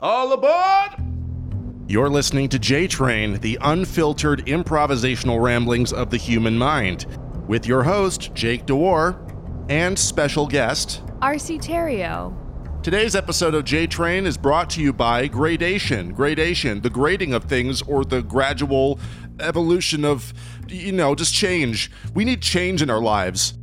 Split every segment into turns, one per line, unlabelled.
All aboard!
You're listening to J Train, the unfiltered improvisational ramblings of the human mind, with your host, Jake DeWar, and special guest.
RC Terrio.
Today's episode of J Train is brought to you by gradation. Gradation, the grading of things or the gradual evolution of, you know, just change. We need change in our lives.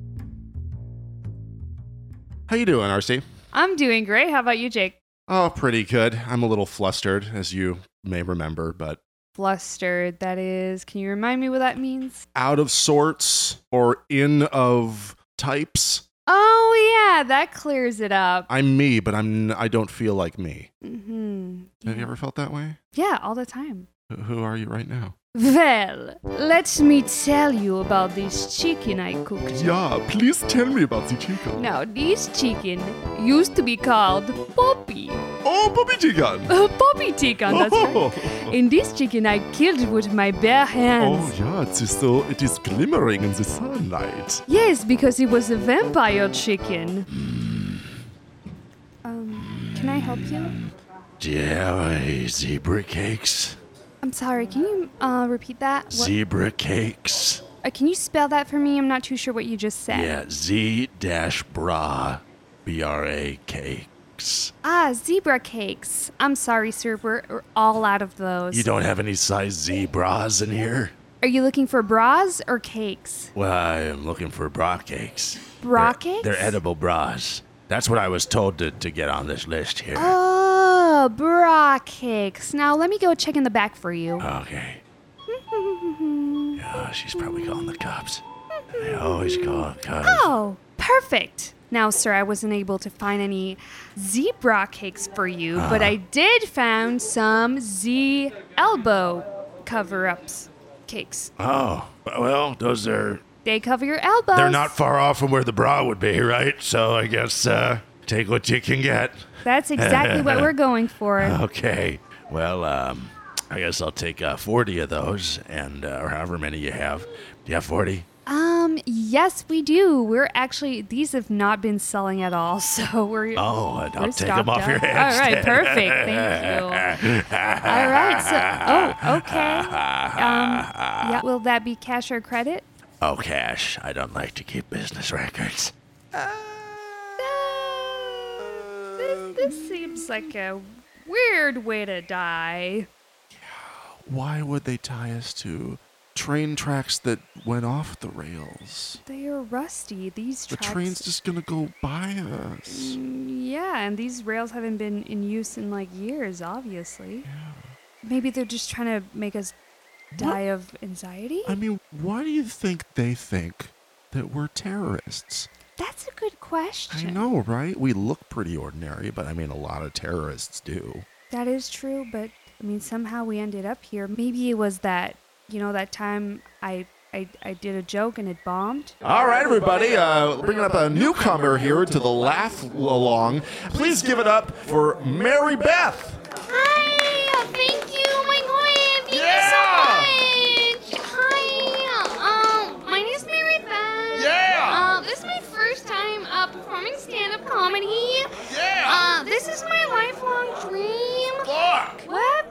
How you doing, RC?
I'm doing great. How about you, Jake?
Oh, pretty good. I'm a little flustered, as you may remember, but
Flustered, that is. Can you remind me what that means?
out of sorts or in of types.
Oh, yeah, that clears it up.
I'm me, but I'm I don't feel like me.
hmm
Have you ever felt that way?
Yeah, all the time.
Who- Who are you right now?
Well, let me tell you about this chicken I cooked.
Yeah, please tell me about the chicken.
Now, this chicken used to be called Poppy.
Oh, puppy chicken.
Uh, Poppy chicken, that's right. And this chicken I killed with my bare hands.
yeah, it is so it is glimmering in the sunlight.
Yes, because it was a vampire chicken. Um, can I help you?
Yeah, zebra cakes.
I'm sorry. Can you uh, repeat that? What,
Zebra cakes.
uh, can you spell that for me? I'm not too sure what you just said.
Yeah, Z dash bra B R A cakes.
Ah, zebra cakes. I'm sorry, sir. We're, we're all out of those.
You don't have any size Z bras in here?
Are you looking for bras or cakes?
Well, I am looking for bra cakes.
Bra
They're-
cakes?
They're edible bras. That's what I was told to, to get on this list here.
Oh, bra cakes. Now let me go check in the back for
Uh,
you. Hmm.
Okay. Yeah, she's probably calling the cops. They always call the cops.
Mm-hmm. Oh, perfect. Now, sir, I wasn't able to find any zebra cakes for you,
Ah.
but I did found some Z elbow cover-ups cakes.
Oh, well, those are.
They cover your elbows.
They're not far off from where the bra would be, right? So I guess uh, take what you can get.
That's exactly what we're going for.
Okay. Well, um, I guess I'll take uh, 40 of those, and uh, or however many you have. Do you have 40?
Um, yes, we do. We're actually these have not been selling at all, so we're
Oh, and I'll
we're
take them
stocked
off your
up.
hands.
All right, perfect. Thank you. All right, so oh, okay. Um, yeah, will that be cash or credit?
Oh, cash. I don't like to keep business records.
This, this seems like a weird way to die.
Why would they tie us to train tracks that went off the rails?
They are rusty. These
The
tracks.
train's just gonna go by us.
Yeah, and these rails haven't been in use in like years, obviously. Maybe they're just trying to make us die of anxiety?
I mean, why do you think they think that we're terrorists?
That's a good
I
question.
know, right? We look pretty ordinary, but I mean, a lot of terrorists do.
That is true, but I mean somehow we ended up here. Maybe it was that, you know, that time I I, I did a joke and it bombed.
All right, everybody, uh, bringing up a newcomer here to the laugh along. Please give it up for Mary Beth.
Hi, thank you, oh my god, thank you so much. Hi, um, my name is Mary Beth.
Yeah!
Uh, this is my first time uh, performing stand-up comedy.
Yeah!
Uh, this is my lifelong dream.
Fuck!
What?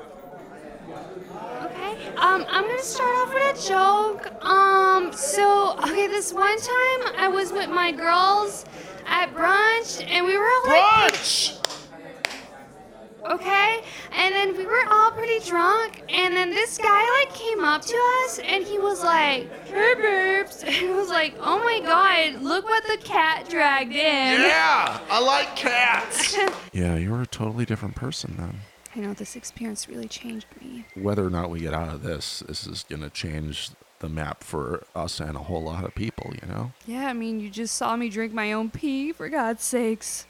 Okay. Um, I'm gonna start off with a joke. Um, so okay, this one time I was with my girls at brunch, and we were all like
Punch!
okay? And then we were all pretty drunk, and then this guy like came up to us and he was like, "Her burps," and he was like, "Oh my god, look what the cat dragged in."
Yeah! I like cats!
Yeah, you're a totally different person then.
I know this experience really changed me.
Whether or not we get out of this, this is going to change the map for us and a whole lot of people, you know?
Yeah, I mean, you just saw me drink my own pee, for God's sakes.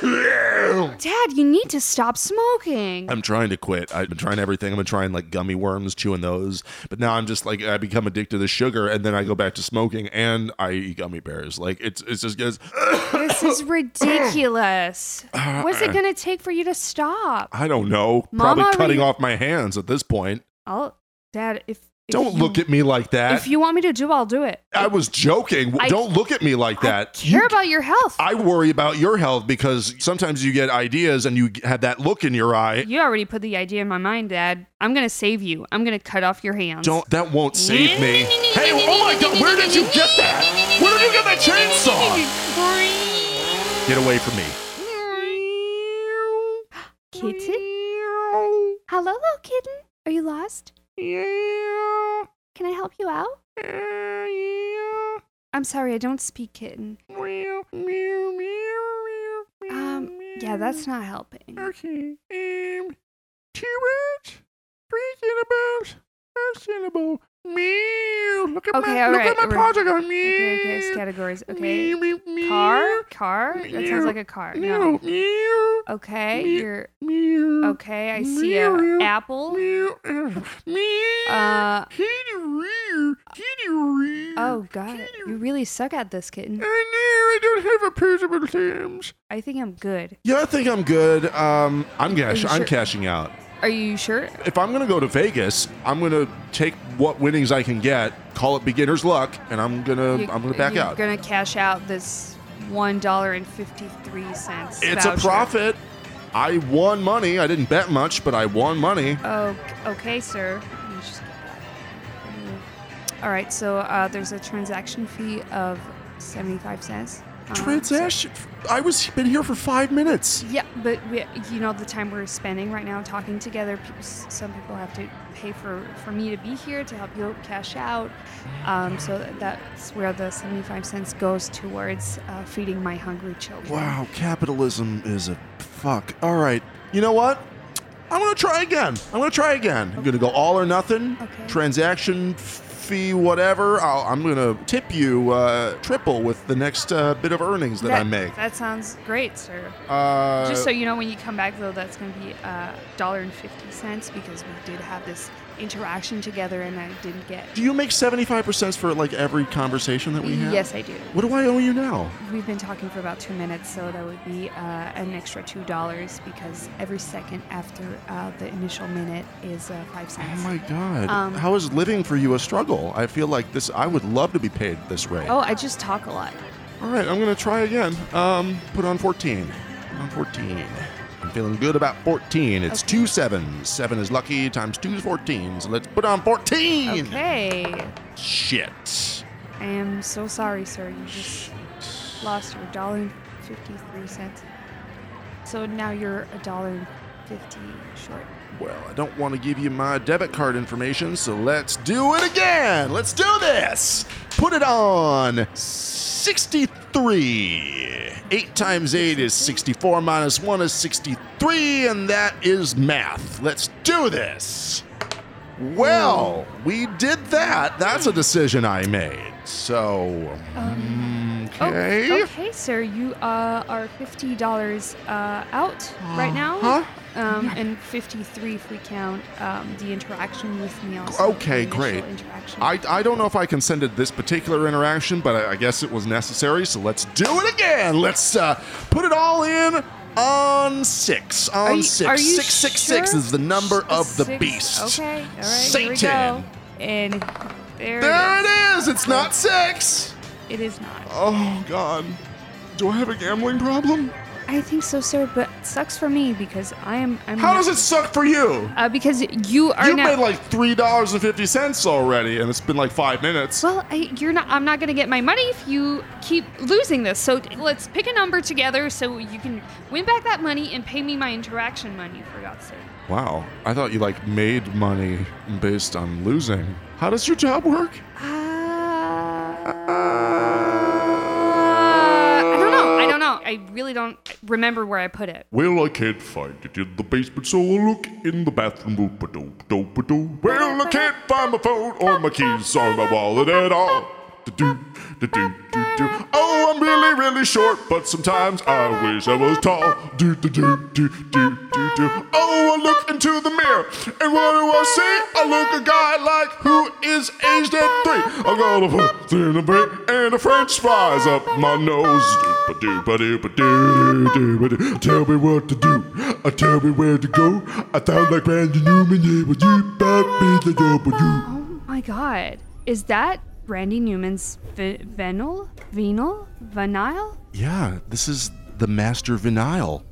Dad, you need to stop smoking.
I'm trying to quit. I've been trying everything. I've been trying like gummy worms, chewing those. But now I'm just like I become addicted to sugar, and then I go back to smoking, and I eat gummy bears. Like it's it's just gets.
this is ridiculous. What's it gonna take for you to stop?
I don't know.
Mama,
probably
are
cutting
you-
off my hands at this point.
I'll, Dad, if If
Don't
you-
look at me like that.
If you want me to do, I'll do it.
I was joking.
I-
Don't look at me like that.
Care about your health.
I worry about your health because sometimes you get ideas and you have that look in your eye.
you already put the idea in my mind, Dad. I'm gonna save you. I'm gonna cut off your hands.
Don't that won't save me. Hey, oh my god, where did you get that? Where did you get that chainsaw? Get away from me.
Kitten? Hello, little kitten. Are you lost? Can I help you out? I'm sorry, I don't speak kitten. Um, yeah, that's not helping.
Okay. Um, too much thinking about questionable meow. Look at
Okay,
my
all
look
right,
at my
we're-
project on me.
Okay, okay, it's categories. Okay.
Meow, meow, meow.
Car? Car? That sounds like a car.
Meow,
No.
meow,
Okay,
Me-
you're
meow,
okay. I see a apple.
meow, uh, meow.
Uh
Kitty-roo, kitty-roo.
oh god. You really suck at this kitten.
I know I don't have a personal terms.
I think I'm good.
Yeah, I think I'm good. Um, I'm cash.
you
I'm
sure?
cashing out.
Are you sure?
If I'm gonna go to Vegas, I'm gonna take what winnings I can get, call it beginner's luck, and I'm gonna
You-
I'm gonna back
you're
out.
gonna cash out this one dollar and fifty three cents.
it's a profit. I won money. I didn't bet much, but I won money.
Oh, okay, sir. Let me just get that. Mm. All right, so uh, there's a transaction fee of seventy five cents. Um,
Transaction. I was been here for five minutes.
Yeah, but we, you know the time we're spending right now talking together. pe- s- Some people have to pay for for me to be here to help you cash out. Um, so that's where the seventy five cents goes towards uh, feeding my hungry children.
Wow, capitalism is a fuck. All right. You know what? I'm going to try again. I'm going to try again. I'm going to go all or nothing.
Okay.
Transaction fee, whatever. I'll, I'm going to tip you uh, triple with the next uh, bit of earnings that, I make.
That sounds great, sir.
uh,
Just so you know, when you come back though, that's going to be uh, a dollar and fifty cents because we did have this interaction together, and I didn't get.
do you make 75% for like every conversation that we have?
Yes, I do.
What do I owe you now? Oh
We've been talking for about two minutes, so that would be uh, an extra two dollars because every second after uh, the initial minute is uh, five
Oh
cents.
my God.
Um,
How is living for you a struggle? I feel like this, I would love to be paid this rate.
Oh, I just talk a lot.
All right, I'm gonna try again. Um, put on 14. Put on 14. I'm feeling good about 14. It's two sevens. Seven is lucky times two is 14. So let's put on 14.
Okay,
Shit.
I am so sorry, sir. You just lost your dollar and fifty-three cents. So now you're a dollar and fifty short.
Well, I don't want to give you my debit card information, so let's do it again. Let's do this. Put it on 63. 8 times 8 is 64 minus 1 is 63, and that is math. Let's do this. Well, we did that. That's a decision I made. So, mm, okay.
Oh, okay, sir. You uh, are fifty dollars uh, out right now,
Huh?
um, and fifty-three if we count um, the interaction with me. Also,
Okay,
the initial
great.
Interaction.
I, I don't know if I consented this particular interaction, but I, I guess it was necessary. So let's do it again. Let's uh, put it all in on six. On
Are you-
six.
are you
six, six, six
sure?
is the number of the
Six-
beast.
Okay, all right, here we
Satan.
go. And there,
There
it
it is. It's not six.
is. It is not.
Oh God. Do I have a gambling problem?
I think so, sir. But sucks for me because I am. I'm
How
not-
does it suck for you?
Uh, because you are
You
now.
made like three dollars and fifty cents already, and it's been like five minutes.
Well, I, you're not. I'm not going to get my money if you keep losing this. So t- let's pick a number together so you can win back that money and pay me my interaction money. For God's sake.
Wow. I thought you like made money based on losing. How does your job work? Uh,
Uh,
Uh,
I don't know. I don't know. I really don't remember where I put it.
Well, I can't find it in the basement, so I'll look in the bathroom. Doop-a-doop, doop-a-doop. Well, I can't find my phone or my keys or my wallet at all. Do-do, do-do, do-do. Oh, I'm really, really short, but sometimes I wish I was tall. Do, do, do, do, do, do, do. Oh, I look into the mirror, and what do I see? I look a guy like who is aged at three. I got a foot in a bit and a French fries up my nose. Doo-ba-doo-ba-doo-ba-doo-doo-ba-doo. Tell me what to do. I tell me where to go. I sound like Randy Newman. Yeah, but you back me the double
Oh my my god. Is that Randy Newman's v- vinyl? Vinyl? Vinyl?
Yeah, this is the master vinyl.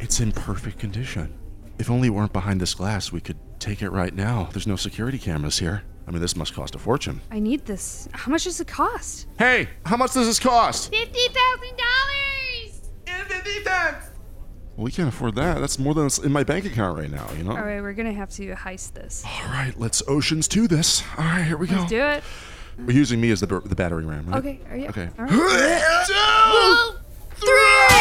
It's in perfect condition. If only it weren't behind this glass, we could take it right now. There's no security cameras here. I mean, this must cost a fortune.
I need this. How much does it cost?
Hey, how much does this cost?
Fifty thousand dollars.
Well, we can't afford that. That's more than it's in my bank account right now, you know?
All right, we're gonna have to heist this.
All right, let's oceans to this. All right, here we go.
Let's do it.
We're using me as the, the battering ram, right?
Okay, are you?
Okay.
All right.
Oh,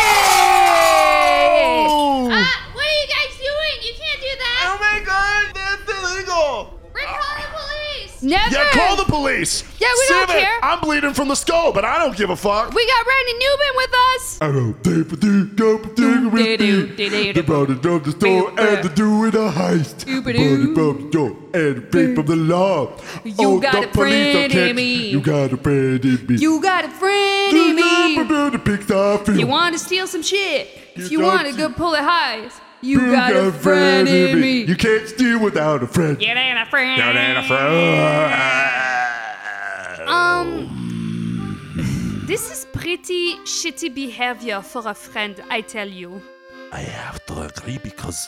Oh!
uh, what are you guys doing? You can't do that.
Oh my god, that's illegal!
We're calling the police.
Never.
Yeah, call the police.
Yeah, we
Save
don't
it.
care.
I'm bleeding from the skull, but I don't give a fuck.
we got Randy Newman with us.
I don't think for the competition with me. They brought it up the store and they're doing a heist. Brought it from the door and free from the law. Oh, You
got a friend in me.
You got a friend in me.
You got a friend in me.
The Pixar film.
You want to steal some shit? If you
You got
want to
to-
go pull it high, you got a friend in me.
You can't steal without a friend.
It ain't a friend.
That ain't a friend.
Um, this is pretty shitty behavior for a friend, I tell you.
I have to agree because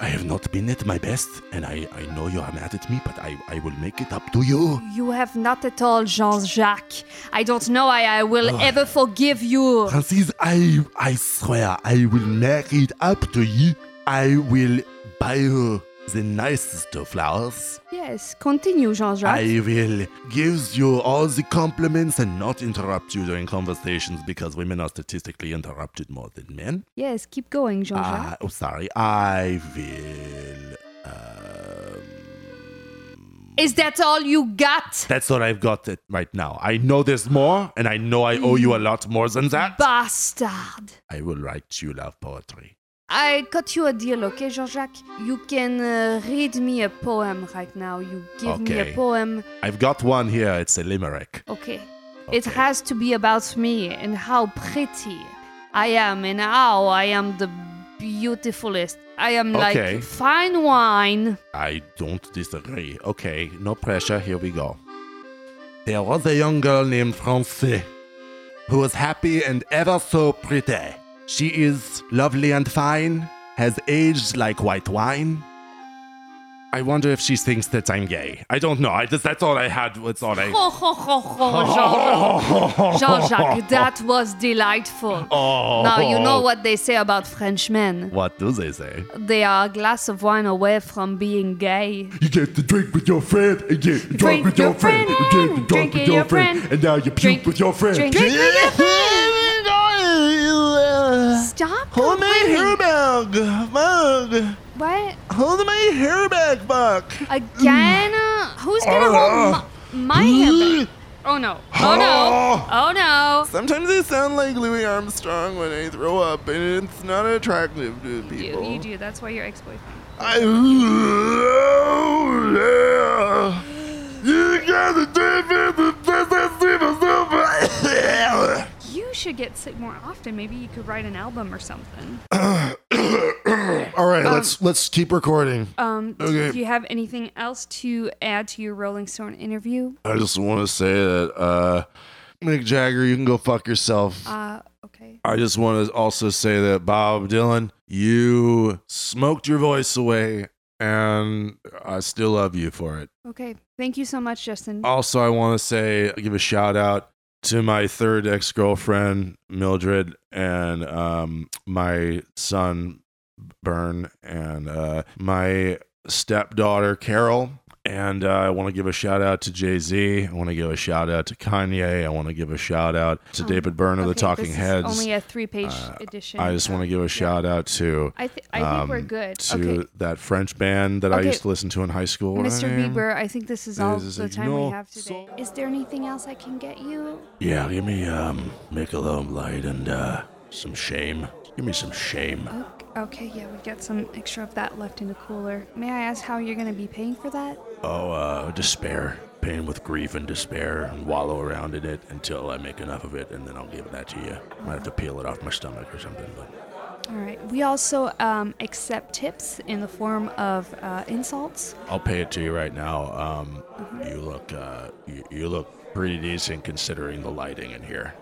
I have not been at my best, and I, I know you are mad at me, but I, I will make it up to
Oh,
you.
You have not at all, Jean Jacques. I don't know why I will ever forgive you.
Francis, I, I swear I will make it up to you. I will buy you the nicest of flowers.
Yes, continue, Jean Jacques.
I will give you all the compliments and not interrupt you during conversations because women are statistically interrupted more than men.
Yes, keep going, Jean Jacques.
I, oh, sorry. I will. Um,
Is that all you got,
that's all I've got it right now. I know there's more, and I know I owe you a lot more than that.
bastard?
I will write you love poetry.
I got you a deal, okay, Jean Jacques? You can uh, read me a poem right now. You give me
Okay.
a poem.
I've got one here. It's a limerick.
Okay. It has to be about me and how pretty I am and how I am the beautifulest. I am
Okay.
like fine wine.
I don't disagree. Okay, no pressure. Here we go. There was a young girl named Francais who was happy and ever so pretty. She is lovely and fine, has aged like white wine. I wonder if she thinks that I'm gay. I don't know. I just that's all I had. That's all I.
Ho, ho, ho, ho, Jean-Jacques. Jean-Jacques, that was delightful. Now, you know what they say about Frenchmen.
What do they say?
They are a glass of wine away from being gay.
You get to drink with your friend and get to drunk
Drink
with your
your
friend. You get
friend.
to drunk
Drink
with
with
your
your
friend.
friend.
And now you puke
Drink-
with your friend.
drink- Drink with your Stop
Hold my hair
complaining.
back! Fuck!
What?
Hold my hair back, fuck!
Again?
Mm.
Who's gonna
Oh,
hold my, my hand? Oh no. Oh no. Oh no.
Sometimes I sound like Louis Armstrong when I throw up, and it's not attractive to
You,
people.
you do. That's why your ex-boyfriend.
I. Oh, yeah. You got the difference.
You should get sick more often. Maybe you could write an album or something.
All right, let's let's keep recording.
Um, Do you have anything else to add to your Rolling Stone interview?
I just want to say that uh, Mick Jagger, you can go fuck yourself.
Uh, okay.
I just want to also say that Bob Dylan, you smoked your voice away, and I still love you for it.
Okay. Thank you so much, Justin.
Also, I want to say, give a shout out to my third ex girlfriend, Mildred, and um, my son, Bern, and uh, my stepdaughter, Carol. And uh, I want to give a shout out to Jay Z. I want to give a shout out to Kanye. I want to give a shout out to
Um,
David Byrne of the
Okay,
Talking
this is
Heads.
Only a three-page
Uh,
edition.
I just want to
to
give a shout out to
I, th- I think we're
um,
good.
to
Okay.
that French band that I
Okay.
used to listen to in high school.
Mr.
Right?
Bieber, I think this is all
This is
the
a
time
no
we have today. Is there anything else I can get you?
Yeah, give me um Michelob Light and uh some shame. Give me some shame.
Okay, okay, yeah, we got some extra of that left in the cooler. May I ask how you're going to be paying for that?
Oh, uh despair. Pain with grief and despair and wallow around in it until I make enough of it and then I'll give that to you. Might have to peel it off my stomach or something, but
All right. We also um, accept tips in the form of uh, insults.
I'll pay it to you right now. Um,
Mm-hmm.
you look, uh, you, you look pretty decent considering the lighting in here.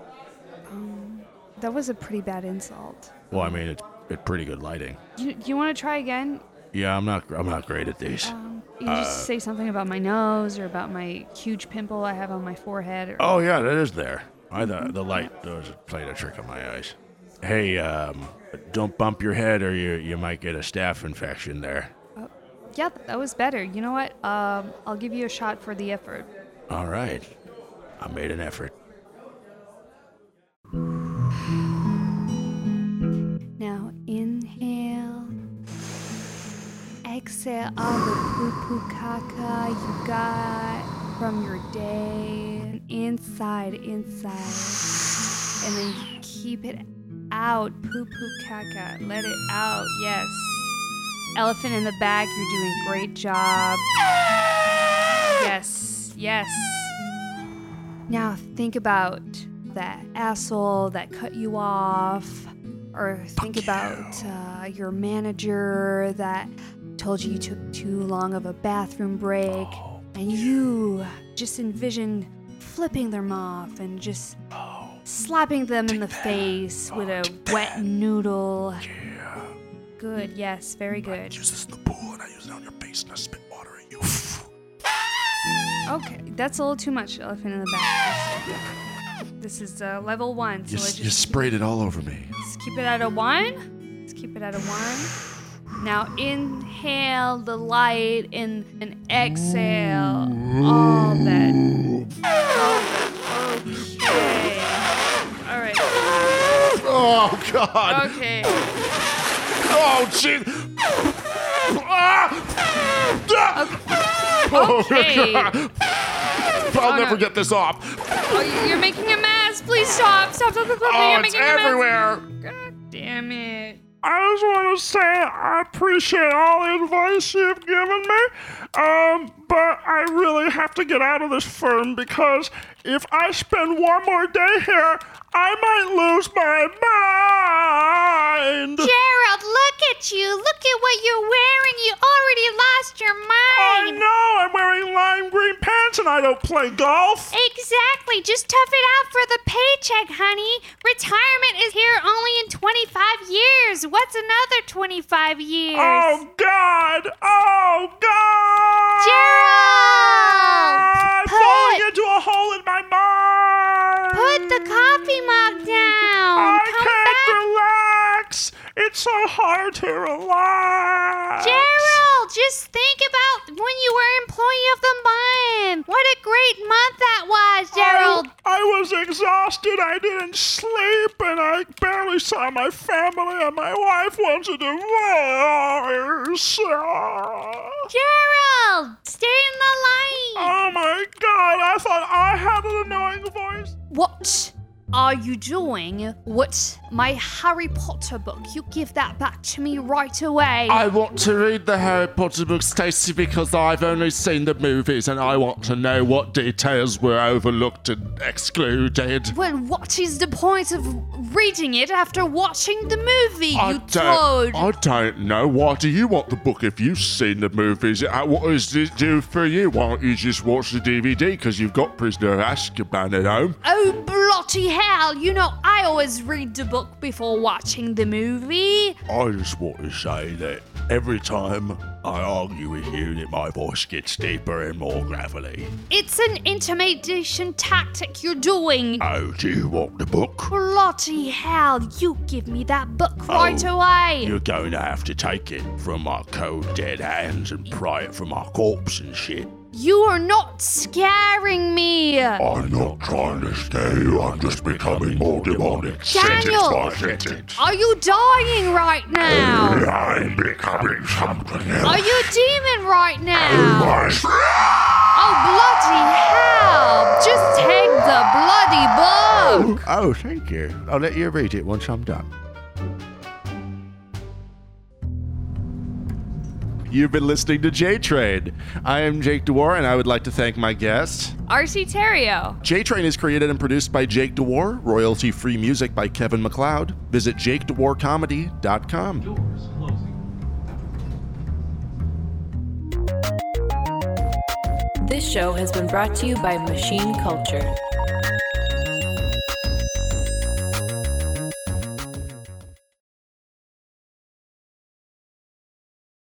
That was a pretty bad insult.
Well, I mean, it's, it's pretty good lighting.
You, you want to try again?
Yeah, I'm not, I'm not great at these.
Um, you just say something about my nose or about my huge pimple I have on my forehead. Or,
Oh yeah, that is there. I the the light was playing a trick on my eyes. Hey, um, don't bump your head or you you might get a staph infection there.
Yeah, that was better. You know what? Um, I'll give you a shot for the effort.
All right, I made an effort.
Now inhale. Exhale all the poo poo caca you got from your day. Inside, inside. And then you keep it out. Poo poo caca. Let it out. Yes. Elephant in the back, you're doing a great job. Yes. Yes. Now think about that asshole that cut you off, or think about uh, your manager that told you you took too long of a bathroom break, and you just envision flipping them off and just slapping them in the face with a wet noodle. Yeah. Good. Yes. Very good.
Use this in the pool, and I use it on your face, and I spit water at you.
Okay, that's a little too much. Elephant in the back. This is uh, level one, so
You,
let's
s- you
just
sprayed it all over me.
Let's keep it at a one. Let's keep it at a one. Now inhale the light and, and exhale all that. all that. Okay. All right.
Oh God!
Okay.
Oh shit!
Ah!
Oh,
Okay.
I'll
Oh,
never
no.
get this off.
Oh, you're making a mess. Please stop. Stop. Stop. Stop. stop.
Oh,
you're
it's
making
everywhere.
a mess. God damn it.
I just want to say I appreciate all the advice you've given me, um, but I really have to get out of this firm because if I spend one more day here, I might lose my mind.
Gerald, look at you. Look at what you're wearing. You already lost your
I
Oh,
mind.
know I'm wearing lime green pants and I don't play golf.
Exactly. Just tough it out for the paycheck, honey. Retirement is here only in 25 years. What's another 25 years?
Oh God! Oh God!
Gerald!
I'm falling into a hole in my mind.
Put the coffee mug down.
I
Come back.
can't relax. It's so hard to relax.
Gerald, just think about when you were employee of the month. What a great month that was,
Oh,
Gerald.
I, I was exhausted. I didn't sleep, and I barely saw my family. And my wife wants a divorce.
Gerald, stay in the light.
Oh my God! I thought I had an annoying voice.
What are you doing? What? My Harry Potter book. You give that back to me right away.
I want to read the Harry Potter books, Stacey, because I've only seen the movies and I want to know what details were overlooked and excluded.
Well, what is the point of reading it after watching the movie,
I
you
don't,
toad?
I don't know. Why do you want the book if you've seen the movies? Uh, What does this do for you? Why don't you just watch the DVD because you've got Prisoner of Azkaban at home?
Oh, bloody hell! You know, I always read the book before watching the movie.
I just want to say that every time I argue with you, that my voice gets deeper and more gravelly.
It's an intimidation tactic you're doing.
Oh, do you want the book?
Bloody hell, you give me that book right
Oh,
away.
You're going to have to take it from my cold, dead hands and pry it from our corpse and shit.
You are not scaring me.
Oh,
I'm not trying to scare you, I'm just becoming more demonic sentence
Daniel!
by sentence.
Are you dying right now?
I'm becoming something
Are
else.
you a demon right now?
I-
Oh, bloody hell! Just take the bloody book!
Oh, thank you. I'll let you read it once I'm done.
You've been listening to J Train. I am Jake Dewar, and I would like to thank my guest.
RC Terrio.
J Train is created and produced by Jake Dewar, royalty free music by Kevin McLeod. Visit jakedwarcomedy.com.
This show has been brought to you by Machine Culture.